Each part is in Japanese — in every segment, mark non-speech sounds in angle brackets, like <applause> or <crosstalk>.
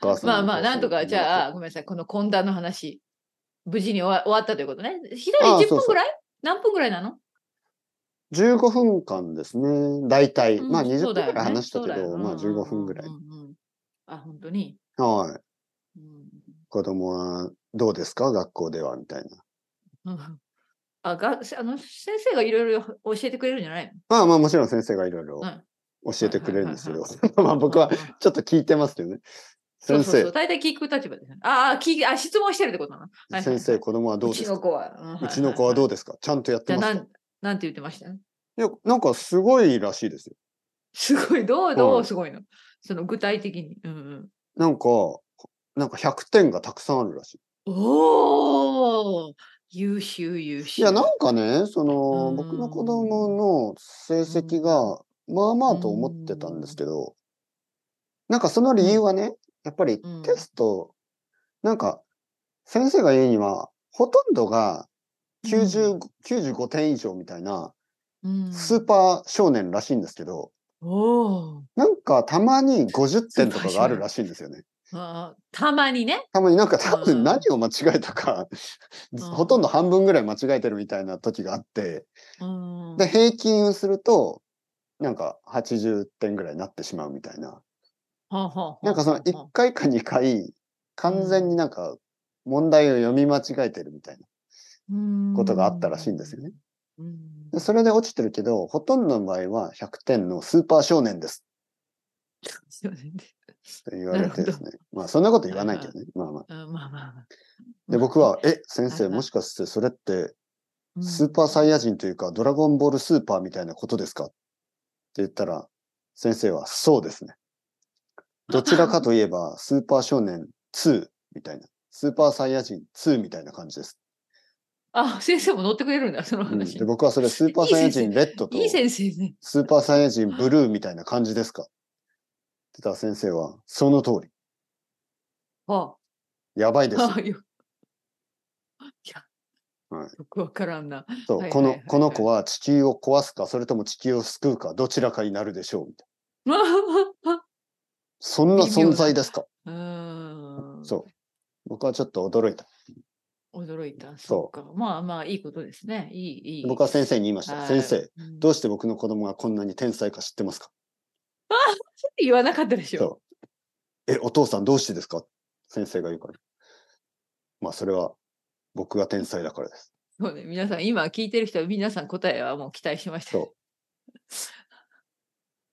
母さん。まあまあ、なんとか、じゃあ、ごめんなさい、この懇談の話、無事に終わ終わったということね。左ああ10そう分そうぐらい何分ぐらいなの15分間ですね。大体。うんまあ20そ分うぐだよねらい話したけそうだよど、まあ15分ぐらいうん。うんうんあ、本当に。はい。うん子供はどうですか学校ではみたいな。うんあがあの先生がいろいろ教えてくれるんじゃないまあまあもちろん先生がいろいろうん教えてくれるんですけどは、 <laughs> まあ僕はうんうんちょっと聞いてますけどね。そう先そうそう生、大体聞く立場です。ああ、聞いあ質問してるってことなの。はいはい先生、子供はどううでちすのか子は。んはいうちの子はどはうですかちゃんとやっいてはいまじゃすあなかんなんて言ってましたいや、なんかすごいらしいですよ。すごい、どうどはういすごいのその具体的に。うんなんか、なんか100点がたくさんあるらしい。うん、おお優秀優秀。いや、なんかね、その、うん僕の子供の成績が、まあまあと思ってたんですけど、なんかその理由はね、やっぱりうんテスト、なんか、先生が言うには、ほとんどがう90 95点以上みたいな、うんスーパー少年らしいんですけど、おーなんかたまに50点とかがあるらしいんですよね。あーたまにね。たまになんか多うん分何を間違えたか、んほとんど半分ぐらい間違えてるみたいな時があって、うんで、平均すると、なんか80点ぐらいになってしまうみたいな。ほうほうほうなんかその1回か2回、完全になんか問題を読み間違えてるみたいなことがあったらしいんですよね。うん <laughs> でそれで落ちてるけど、ほとんどの場合は100点のスーパー少年ですすいませんねと言われてですなね。まあそんなこと言わないけどね。まあまあ。うんまあまあまあ。で、僕は、え、先生、はいもしかしてそれってうん、スーパーサイヤ人というか、ドラゴンボールスーパーみたいなことですかって言ったら、先生は、そうですね。どちらかといえば、スーパー少年2みたいな。スーパーサイヤ人2みたいな感じです。あ、先生も乗ってくれるんだ、そのうん話。で僕はそれ、スーパーサイヤ人レッドとい、い先生ね。スーパーサイヤ人ブルーみたいな感じですかって言ったら先生は、その通り。はやばいですよあ、。あよ。 <laughs> いや、はいよくわからんな。 <laughs> そはう、いこはいのはい、この子は地球を壊すか、それとも地球を救うか、どちらかになるでしょう。みたいなそんな存在ですかうーん。そう。僕はちょっと驚いた。驚いた。そうか。まあまあ、いいことですね。いい、いい。僕は先生に言いました。はい先生、うんどうして僕の子供がこんなに天才か知ってますか言わなかったでしょ。そう。え、お父さんどうしてですか先生が言うから。まあ、それは僕が天才だからです。そうね。皆さん、今聞いてる人は皆さん答えはもう期待してました。そう。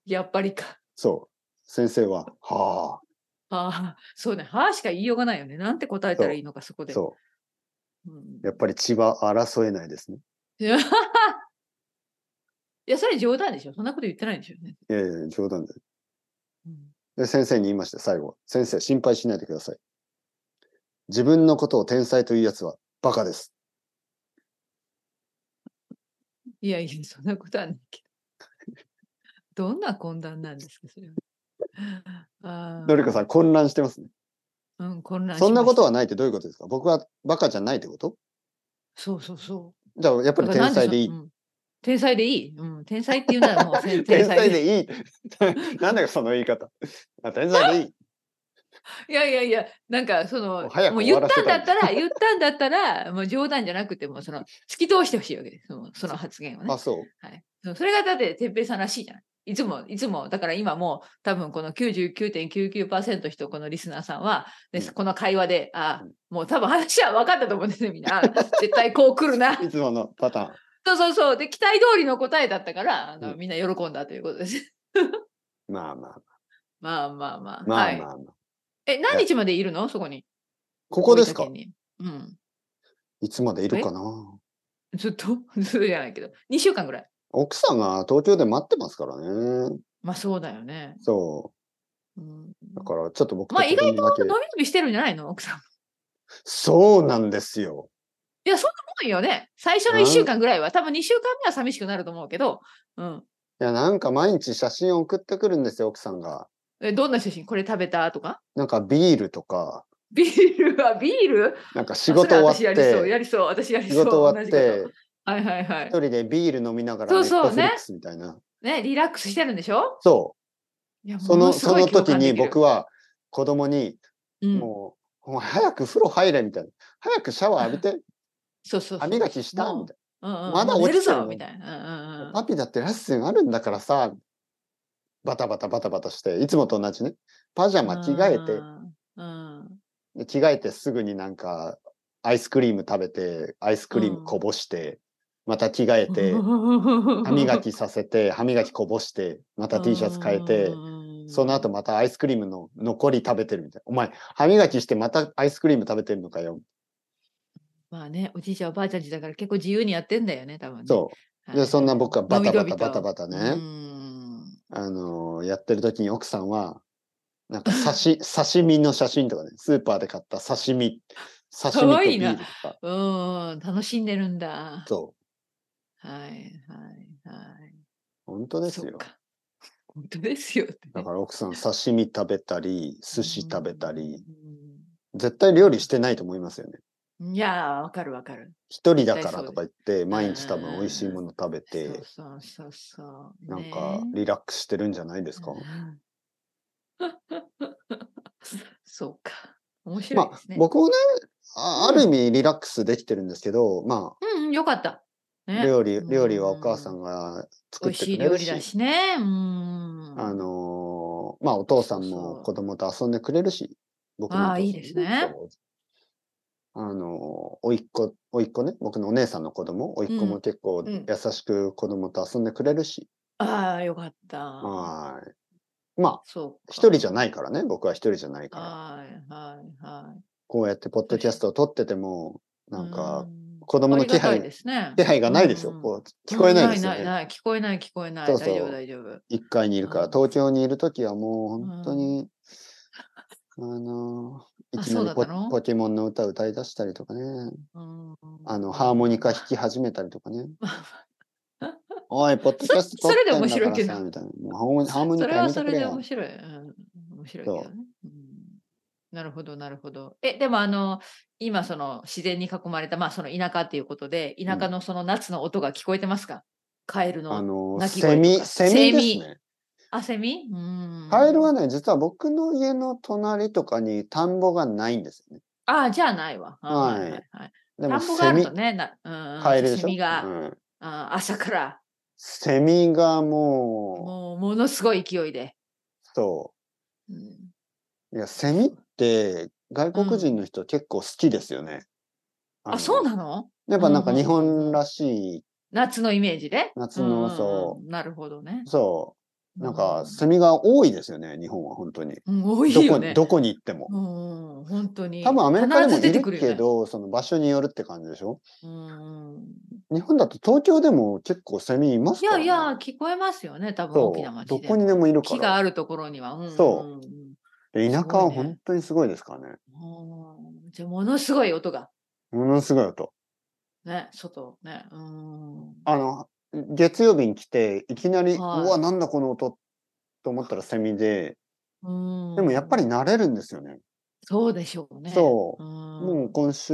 やっぱりか。そう。先生は、はああ、そうね。はあしか言いようがないよね。なんて答えたらいいのか、そこあ。で。そうんう。やっぱり血は争えないですね。い <laughs> やいや、それ冗談でしょ。そんなこと言ってないでしょうね。いやいや、冗談で。うんで、先生に言いました、最後。先生、心配しないでください。自分のことを天才というやつはバカです。いやいや、そんなことはないけど。どんな懇談なんですか、それは。 <laughs> あーのりこさん、混乱してますね。うん、混乱そんなことは。はないってどういうことですか僕はバカじゃないってことそうそうそじゃあ、やっう。ぱりだか天らなんしょ才でいい。うん天才でいい。うん、天才っていうならもうせん天天才才でいい。でいい。なんだかその言い <laughs> 方。あ天才でいい。いやいやいや、なんかその、早くもう終言っわらたせんただいったら、 <laughs> 言ったんだったら、もう冗談じゃなくても、その、突き通してほしいわけです。そのその発言をねあ、。そう。はい、そうそれがだって哲平さんらしいじゃない。いつも、いつも、だから今もう多分この99.99%人、このリスナーさんは、ねうんこの会話で、あうんもう多分話は分かったと思うんですね、み <laughs> んな。あ絶対こう来るな。いつものパターン。そうそうそう。で、期待通りの答えだったから、あのうんみんな喜んだということです。まあまあまあまあまあ。まあはまいあ、まあ。え、何日までいるのそこに。ここですか大分県にうん。いつまでいるかなずっと <laughs> ずっとじゃないけど、2週間ぐらい。奥さんが東京で待ってますからね。まあそうだよね。そうん、う。だからちょっと僕まあ意外と子供だけ伸び伸びしてるんじゃないの奥さん。そうなんですよ。いや、そんなもんよね。最初のうん1週間ぐらいは、多分2週間目は寂しくなると思うけど、うん。いや、なんか毎日写真を送ってくるんですよ、奥さんが。えどんな写真これ食べたとかなんかビールとか、ビールはビールなんか仕事終あわっそれ私やりそう、て、やりそう、私やり仕そう。事終わっ同じことて、はいはいは一い。人でビール飲みながらネそうッそトうフねリックスみたいな。ね、リラックスしてるんでしょそう。いやその、その時に僕は。は子供に、うん、もう、もう早く風呂入れみたいな。早くシャワー浴びて、そうそうそ歯う。磨きしたみたいうんうん、まだもう寝る落ちてるぞのみたいな。うんうな。んパピだってレッスンあるんだからさ、バタバタバタバタして、いつもと同じね。パジャうんマ着替えて、うんうんで着替えてすぐになんか、アイスクリーム食べて、アイスクリーうムんこぼして、また着替え <laughs> て、歯磨きさせて、歯磨きこぼして、ま <laughs> た T シャツ変えて、、その後も。またアイスクリームの残り食べてるみたいな。お前、歯磨きしてまたアイスクリーム食べてるのかよ。まあね、おじいちゃんおばあちゃんちだから結構自由にやってんだよね、多分、ね。そう。はで、いそんな僕はバタバタバタバタ。のびのびとうね、んあのーやってる時に奥さんは、なんか刺し、 <laughs> 刺身の写真とかね、スーパーで買った刺身、刺身かとわいビいーなルとか。うん、楽しんでるんだ。そう。はいはいはい。本当ですそよっ。か。本当ですよってね。だから奥さん刺身食べたり、寿司食べたり、う絶対料理してないと思いますよね。ん。いやー、わかるわかる。一人だからとか言って、毎日多分美味しいもの食べて、そうそうそうそう。なんかねリラックスしてるんじゃないですか、うん <laughs> そうか。面白いまであすね。僕もねあ、あうんる意味リラックスできてるんですけど、まうんうん、よかった。あ、ね、料理、料理はお母さうんが美作っ味てしいくれ料る理し、だしね。うん。あのーまあお父さんそうそもう子供と遊んでくれるし、僕のお父さんもああいいですね。あのー、おいっ子、おいっ子ね、僕のお姉さんの子供、おいっ子うもん結構うん優しく子供と遊んでくれるし、ああ、よかった。はい。まあ、そうか。一人じゃないからね、僕は一人じゃないから、はいはいはい。こうやってポッドキャストを撮ってても、なんかう、子供のありが気たい配ですね、気配がないでしょ。うんうんこう聞こえないですよないね。ないない聞こえない聞こえない。そうそう大丈夫大丈夫。一階にいるから、うん東京にいるときはもう本当に、あのー、あいきなりそうだっポたのポケモンの歌歌い出したりとかね、うん、あの、ハーモニカ弾き始めたりとかね、おい、ポッドキャスト撮それってでんだか面白いけらどさ、みたいな。もうハーモニハーモニそカれやはめてそくれれでよ面。白い。うん、面白いけそうどね、うんなるほど、なるほど。え、でもあの、今その自然に囲まれた、まあその田舎っていうことで、田舎のその夏の音が聞こえてますか、カエルの。あのー、鳴きセ声とかミ、セミですね。あ、セミうん。カエルはね、実は僕の家の隣とかに田んぼがないんですよね。ああ、じゃあないわ。あはいはい。で田んも、ぼがセあるミと、ね、なうんうん、カエルでしセょ。ミうが、んあ朝から、セミがもう、もうものすごい勢いで。そうん、う。いや、セミって外国人の人結構好きですよね。あのそうなのやっぱなんかうんうん日本らしい、夏のイメージで。夏のそうなるほどね。そう、なんかうんセミが多いですよね、日本は本当に。うん、多いどよこね。どこに行っても。うん、本当に。多分アメリカでも必ずい出てくるるよねけ、ど、その場所によるって感じでしょうん。日本だと東京でも結構セミいますいから、やね。いや、聞こえますよね、多分そ大きな町う。でども。こにでもいるか木があら。るところには。うん、そうんんで田舎はすごいね本当にすごいですからね。うんうんじゃあものすごい音が。ものすごい音。ね、外。ね。うん。あの、月曜日に来て、いきなり、はいうわ、なんだこの音と思ったらセミで、うんでもやっぱり慣れるんですよね。そうでしょうね。そうう。もんう今週、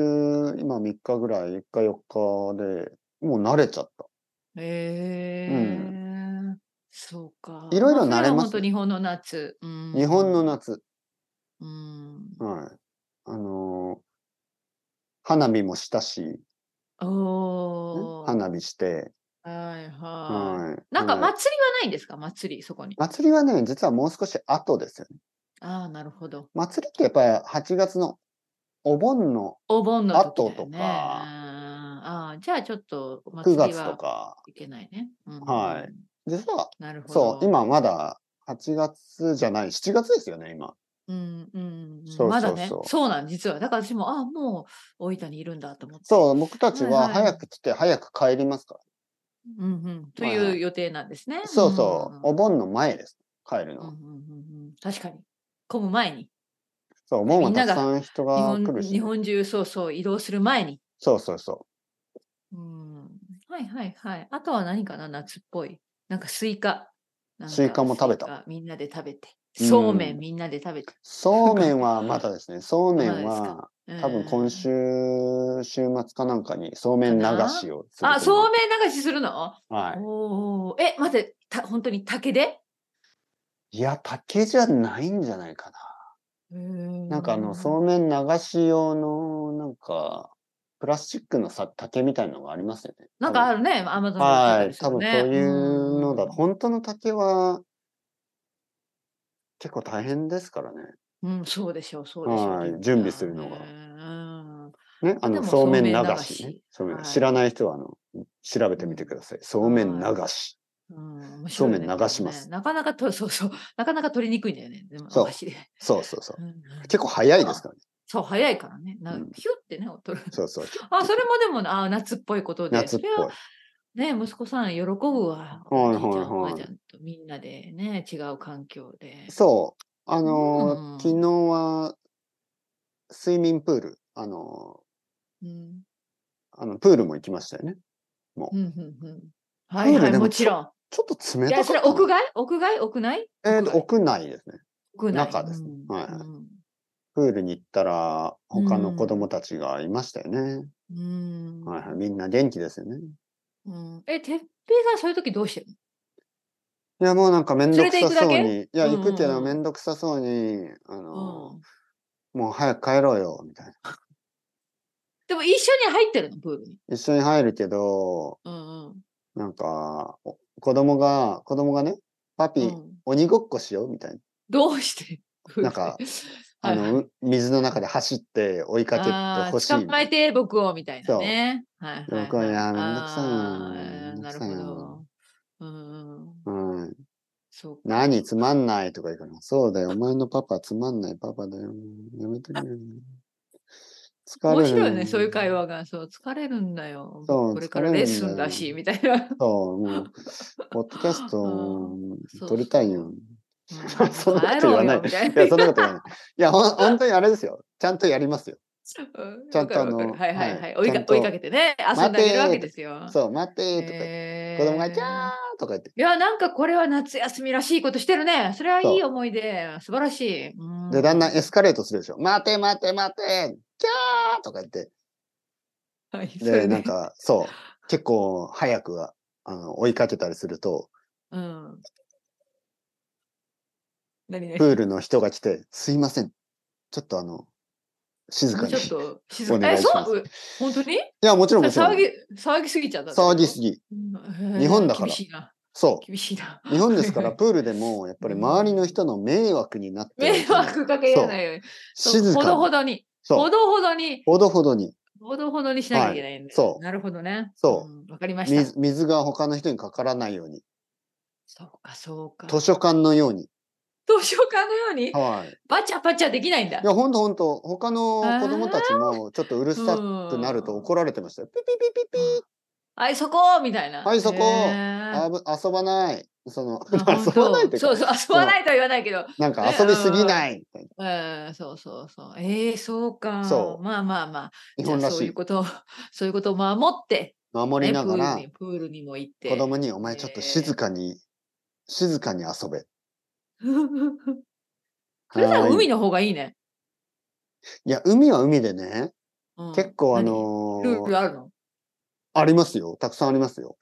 今3日ぐらい、1日4日で、もう慣れちゃった。へえうそうか。いろいろまあ慣れますそは本当日本の夏。うん日本の。夏、うん。はい。あのー花火もしたし、ねおー花火して、はいははい。い。なんかあの祭りはないんですか祭り、そこに。祭りはね、実はもう少し後ですよね。ああ、なるほど。祭りってやっぱり8月のお盆のお盆の時だ後よとね。かうんああ、じゃあちょっとお9祭り月とはか、いけないね。うんはい。実は、なるほど。そう、。今まだ8月じゃない、7月ですよね、今。うんうん。そううんまだねそう。そそうなん、実は。だから私も、ああ、もう大分にいるんだと思って。そう、僕たちははいはい早く来て、早く帰りますから。うんうん。とはいはいいう予定なんですね。そうそう、んお盆の前です。帰るのうは。んうんうんうん確かに。混む前に。そう、お盆はみんたなくがさん人日が来本るしね、日本中、そうそう、移動する前に。そうそうそうん。はいはいはい。あとは何かな、夏っぽい。なんかスイカ。なんかスイカも食べたスイカみんなで食べて。うんそうめんみんなで食べてう。。そうめん <laughs> はまだですね。そうめんまだですは多多分今。週、週末かなんかにそうめん流しをすると思う。あ、そうめん流しするの、はおお。え、待って、た本当に竹でい。いや、竹じゃないんじゃないかな。なんかあの、そううめん流し用の、なんか、プラスチックのさ竹みたいなのがありますよね。なんかある。るね、アマゾンはい。多分そういうのだと、本当の竹は、結構大変ですからね。うん、そうでしょう、そうでしょう。はいきっと準備するのがうんね、あでの、もそうめん流そうめん流しねし。そうめんはい知らない人は、あの、調べてみてください。そうめん流し。うん面白いねそうめん流しますでもねなかなかと、そうそう、なかなか取りにくいんだよね。でもそう流しでそうそうそう。うんうん結構早いですからね。そう、早いからね。なうんんかヒュってね、取る。そうそう。 <laughs> あ、それもでも、あ夏っぽいことで。夏っぽいそ。れはね、息子さん喜ぶわ。いはいはいおじいちゃんおばあちゃんとみんなでね、違う環境で。そう。あのーうん昨日は、スイミングプール、あのうん。ーあの、プールも行きましたよね。うん、うん、うん。はいプールではい、ももちろちょっと冷ん。いたかや、ったなそれ屋外屋外屋内えーと、屋内ですね。屋内中ですねはいはいうんプールに行ったら、他の子供たちがいましたよね。うんはいはい。みんな元気ですよね。うんえ、てっぺいさん、そういう時どうしてるいや、もうなんかめんどくさそう連に。いや、うんうん行くっていうのはめんどくさそうに、あのの、ーもう早く帰ろうよ、みたいな。でも一緒に入ってるの、プールに。一緒に入るけど、うんうんなんか、お子供が、子供がね、パピ、うん鬼ごっこしよう、みたいな。どうしてプールでなんかあ <laughs> はいはいの、う水の中で走って追いかけあてーほしいみ捕またいえて僕をみたいなね。はいはい、はい。僕はやめんどくさいなあーめんどなくるさいほなど。うんうん。な。うん。そうか。何つまんないとか言うから、そうだよ、お前のパパつまんないパパだよ。やめてくれよ。疲れる。面白いよね、そういう会。話が。そう、疲れるんだよ。そうこれからレッスンだし、みたい <laughs> な。そう、もう、ポッドキャスト <laughs> そう撮りたいよ。うん <laughs> そんなこと言わない帰ろうよみたいいなや、そんなこと言わない。いや、ほん本当にあれですよ。ちゃんとやりますよ。 <laughs> うんちゃんとあのわかるわかるはいはいははいい追いちゃかんと追いかけてね遊んであげるわけですよ。そう、待てーとか言って、へー子供が、キャーとか言って、いやなんかこれは夏休みらしいことしてるね。それはいそいう思い出素晴らしい。うんで、だんだんエスカレートするでしょ。待て待て待てキャーとか言って。はいそれで、でなんか、そう、結構早くは、あの、追いかけたりすると、うん。何ねプ。ールの人が来て、すいません。ちょっとあの、静もかうに。ちょっいと静かおに。願え、いしますそう本当にや、もちろんもちろん騒。ぎ騒ぎすぎちゃったってこと。騒ぎすぎ。うん。日本だから厳しいな。そ厳しい <laughs> な。う。日本です <laughs> から、プールでも、やっぱり周りの人の迷惑になってはい迷けない、惑かけないように。そう静かに。ほどほどに。そほう。どほどに。ほどほどに。ほどほどにしなきゃいけないんだ、はいそうなるほどね。そうんわ、かりました。水水が他の人にかからないように。そうか、そうか。図書館のように。図書館のように、はい。バチャバチャできないんだい。や、ほんとほんと、他の子供たちもちょっとうるさくなると怒られてましたよ。ピピピピピはい、そこみたいな。はいそこへあーぶ遊ばない。その、あ本遊ばないって当いうそうか、そう、遊ばないとは言わないけど、なんか遊びすぎないみたいうん、そうそうそう。えー、そうか。そうまあまあまあ。な。日本じらゃあそうしい。いうことを、そういうことを守って、守りね、プながらールに、プールにも行って。子供に、お前ちょっと静かに、静かに遊べ。 <laughs> それならはい海の方がいいね。いや、海は海でね、うん結構あ何のルーー、ルあるのありますよ。たくさんありますよ。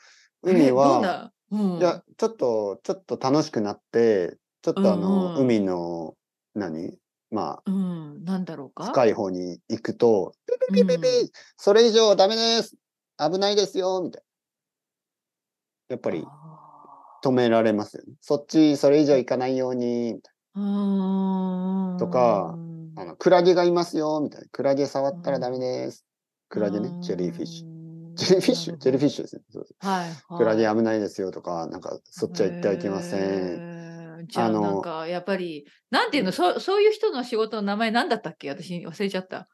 え海 <laughs> どんは、な、うん、いや、ちょっと、ちょっと楽しくなって、ちょっとあうんの、うん海の、何まあ、うん、なんだろうか。深い方に行くと、ピピピピ、それ以上はダメです危ないですよみたいな。やっぱり止められますよね。そっち、それ以上行かないように、みたいうんとか、なあの、クラゲがいますよみたいな。クラゲ触ったらダメです。クラゲね、ジェリーフィッシュ。ュジェリーフィッシュジェリーフィッシシュですね。そうュ。はい、はい。クラゲ危ないですよとか、なんか、そっちは行ってはいけません。ん。じゃあ、あのなんか、やっぱり、なんていうの、そうそういう人の仕事の名前なんだったっけ私、忘れちゃった。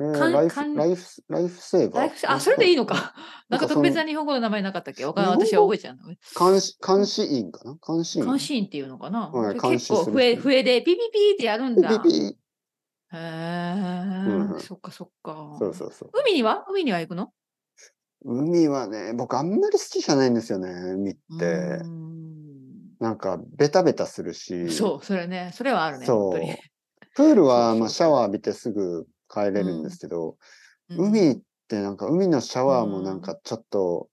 えーかんライかんフ、ライフ、ライフセーバー。ライフセあ、それでいいのライか。 <laughs> ななんんかか特別なそ日本語の名前なかったっけわかんない。日本語私は覚えちゃうの。フセーバー。監視、監視員かな監視員。監視員っていうのかはな、いそれ結監視構する笛、人笛でピピピってやるんピだ。ピピ。へうんうえ、んそっかそっか。そうそうそう。海には海には行くの海はね、僕あんまり好きじゃないんですよね、海ってう。ーなんか、ベタベタするし。んそう、それね、それはあるね。そう本当にプールそうは、そうまあ、シャワー浴びてすぐ帰れるんですけど、うん海ってなんか、海のシャワーもなんうかちょっと、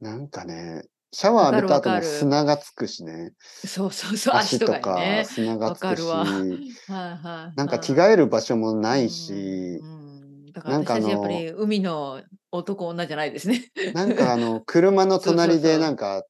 なんかね、シャワー浴びたわ後かるもわかる砂がつくしね。そうそうそう、足足ととかにかね。砂がわつくかしる、わ。はいはい。なんか着え替える場所もないしう、ん、だかならん私かあたのちやっぱり海の男女じゃないですね。なんかあの、車の隣そうそうでそうなんか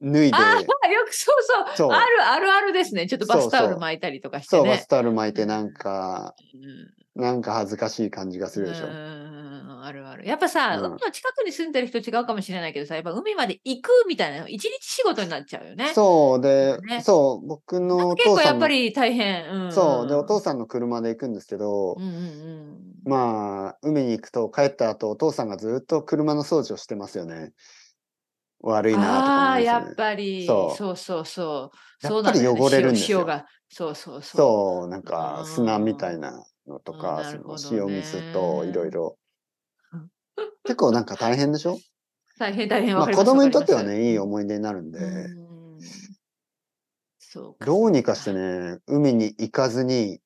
脱いで、 <laughs> あよくそうそうそう、あるあるあるですね。ちょっとバそうスタオそルう巻いたりとかしてそう、バねス。タオル巻いてなんか、うんなんか恥ずかしい感じがするでしょうん。うんうんあるある。やっぱさ、うん海の近くに住んでる人違うかもしれないけどさ、やっぱ海まで行くみたいな、一日仕事になっちゃうよね。そうで、ねそう、僕のお結父構さやんっのぱ、り大変。うんん、そう、で、お父ささんの車で行くんですけどう、んうんうん。まあ、海に行くと帰った後、お父さんがずっと車の掃除をしてますよね。悪いなとあかあ思ー、いやますよっね。ぱり、そうそうそうそう。やっそうぱなりのよね汚れるんですよ塩が、そうそうそう。そう、なんかうん砂みたいなのとうんか、なるほどその塩水とねいろい <laughs> ろうん。結構なんか大変でしょ大変大変まあわかりま子す。供わにかとりってはますね、いい思い出になるんで、うんそうか。どうにかしそてうね、海に行かずに、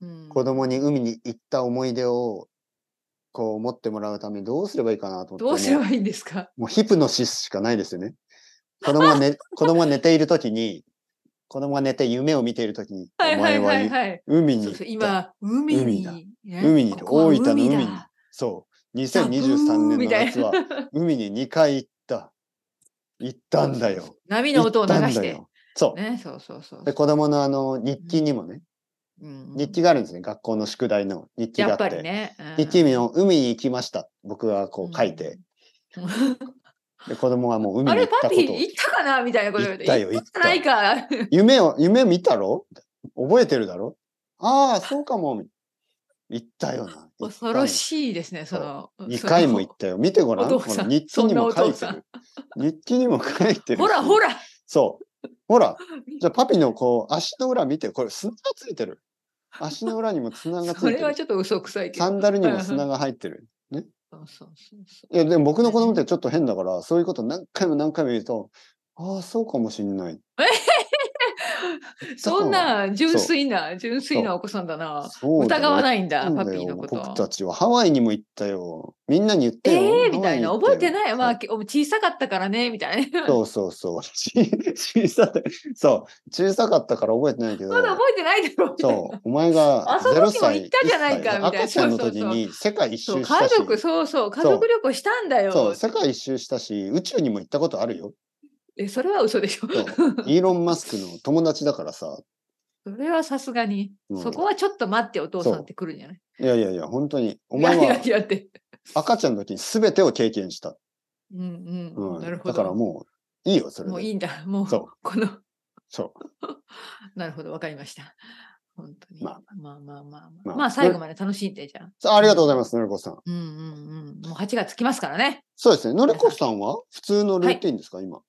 うん子供に海に行った思い出を、こう持ってもらうためにどうすればいいかなと思って。どうすれもばいいんですかうもうヒプノシスしかないですよね。子供が寝、 <laughs> 子供が寝ているときに、子供が寝て夢を見ているときに、おはいは前いはいははい。海にそ行うっそうた。今、海に、海だね海にここは大分の海にだそう。ザブー2023年のみたい夏はな海に2回行った。行ったんだよ。波行の音をっ流たんしだて。よ。そう。ね、そうそうそうで、子供のあの日記にもね、うんうん日記があるんですね。学校の宿題の日記があやっって。ぱりね。日記にも海に行きました。僕がこう書いて。うん。うんで、子供はもう海あに行れ、っパたこピとー行ったかなみたいなこと言わ行れて。ったよ行ったないか。夢を、夢見たろ覚えてるだろああ、そうかも。行ったよな。恐ろい。しいですね、その。 2回も行っったよ。見てごらん。お父さんほら日記にも書そんなおい父てさんる。日記にも書いてるし。ほらほらそう。ほ <laughs> ら、じゃあパピのこう、足の裏見て、これ砂がついてる。足の裏にも砂がつそいてれはる。ちょっと嘘くさいけど。サンダルにも砂が入ってる。そうそうそうそういや、でも僕の子供ってちょっと変だから、そういうこと何回も何回も言うと、ああ、そうかもしんない。 <laughs> そんな純粋な、純粋なお子さんだな。そうだよ疑わないんだ、そうパだピーよのこと。僕たちはハワイにも行ったよ。みんなに言ってよ。えハえみワたイいにな。行った覚えてない。よまあ、き小さかったからね、みたいな。そうそうそう。 <laughs> ち小さい。そう。小さかったから覚えてないけど。まだ覚えてないだろみたいなそう。お前が <laughs> あその時0も歳。行ったじゃない1歳かみたいな赤ちゃんのそうそう時そうに世界一そう周した家し。族、そうそう、家族旅行したんだよ。そう。世界一周したし、宇宙にも行ったことあるよ。え、それは嘘でしそょ。うイーロン・マスクの友達だからさ。それはさすがに、うんそこはちょっと待って、お父さんそうって来るんじゃないいやいやいや、本当に。おいや前いやはいやって。赤ちゃんの時に全てを経験した。うんうん。うん。なるほだど。からもう、いいよ、それで。もういいんだ。もう、そうこの、そう。なるほど、わかりました。本当に。ままあまあまあまあ。ままああ、最後まで楽しんで、じゃあ。さあありがとうございます、のりこさん。うんうんうん。もう8月来ますからね。そうですね。のりこさんは普通のルーティンですか、今。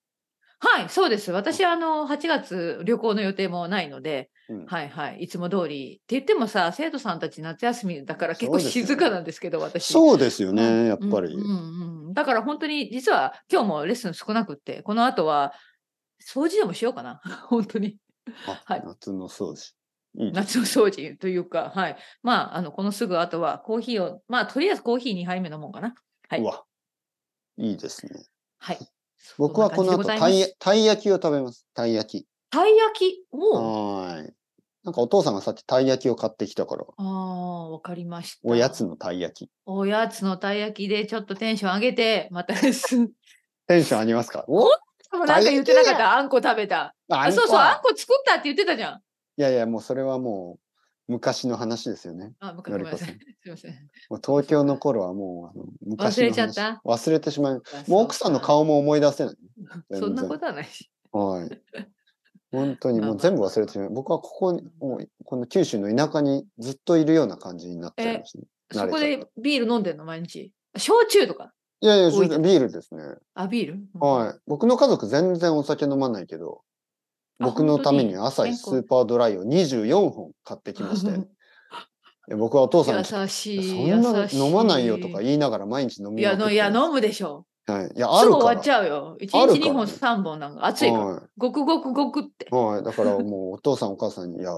はい、そうです。私、あの、8月旅行の予定もないので、うんはいはい、いつも通り。って言ってもさ、生徒さんたち夏休みだから結構そうですよね静かなんですけど、私。そうですようね、んやっぱり。うんうんうんだから本当に、実は今日もレッスン少なくって、この後は掃除でもしようかな。 <laughs> 本当に。あはい夏の掃除。いいね夏の掃除というか、はい。まあ、あの、このすぐ後はコーヒーを、まあ、とりあえずコーヒー2杯目飲もうかな。はいうわ、いいですね。はい。僕はこの後、そんなた感じでございまいすたい焼きを食べます。たい焼き。たい焼きを、はーい。なんかお父さんがさっきたい焼きを買ってきたから、ああ、わかりました。おやつのたい焼き。おやつのたい焼きでちょっとテンション上げて、またレ <laughs> ッスン。でテンションありますかおもなんか言ってなたい焼かっきた、あんこ食べた。ああんこそうそう、あんこ作ったって言ってたじゃん。いやいや、もうそれはもう昔の話ですよね。あ、昔のごりめんこさなさんい。すいません。もう東京の頃はもうあの昔忘のれ話ちゃった忘れてしまう。あもう奥さんの。顔も思い出せない。そうかそんなことはないし。はい。本当にまあもうまあ全部忘れてしまう。僕はここに、もうこの九州の田舎にずっといるような感じになっちゃいましたね。慣それちこゃっでビール飲んでんの、毎日。焼酎とか。たいやいや、多いですビールですね。あ、ビール、うんはい。僕の家族全然お酒飲まないけど、あ僕のために本当朝に日健ス康ーパードライを24本買ってきま <laughs> して、で僕はお父さんに優しい。そんな優しい飲まないよとか言いながら毎日飲いみまや、くってのいや、飲むでしょ。はい。いや、あすぐる終かわら。っちゃうよ。1ある日から2本、3本なんか、熱いから。はい。ごくごくごくって。はい、だからもうお父さんお母さんに、いや、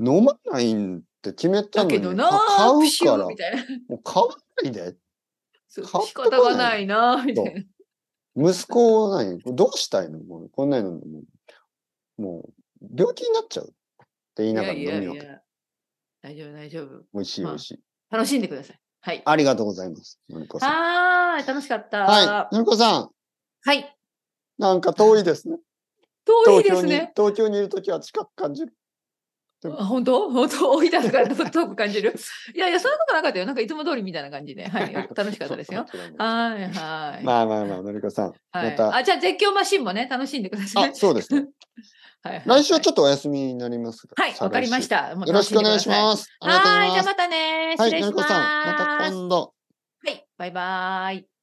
飲まないんって決めただのけに、どなあー、プ買シうかュら、ーもみたいな。う買わないで。そう買っ仕とかない方がないなーみたいな。息子は何どうしたいのもうこんなのもう、もう病気になっちゃうって言いいながやらい飲やみいよう。や。大丈夫、大丈夫。美味しい美まあ味しい。楽しんでください。はい。ありがとうございます。のりこさん。はーい、楽しかった。はい。のりこさん、はい。なんか遠いですね。遠い東で京すにね。東京にいるときは近く感じる。京あ本当本当多いだとか <laughs> 遠く感じる。いやいや、そんなことなかったよ。なんかいつも通りみたいな感じで。はい。楽しかったですよ。。はい、はい。まあまあまあ、のりこさん。はい、またあ、じゃあ絶叫マシンもね、楽しんでくださあい、。そうです <laughs> ね。はい、はい。来週はちょょっっとお休みになりますが。。はい、わかりましたた。もうよろしくお願いしす。ます。ありがとうごはざい、いじまゃあす。またね。は失い、礼のしりまこす。さん、また今度。はい、バイバイ。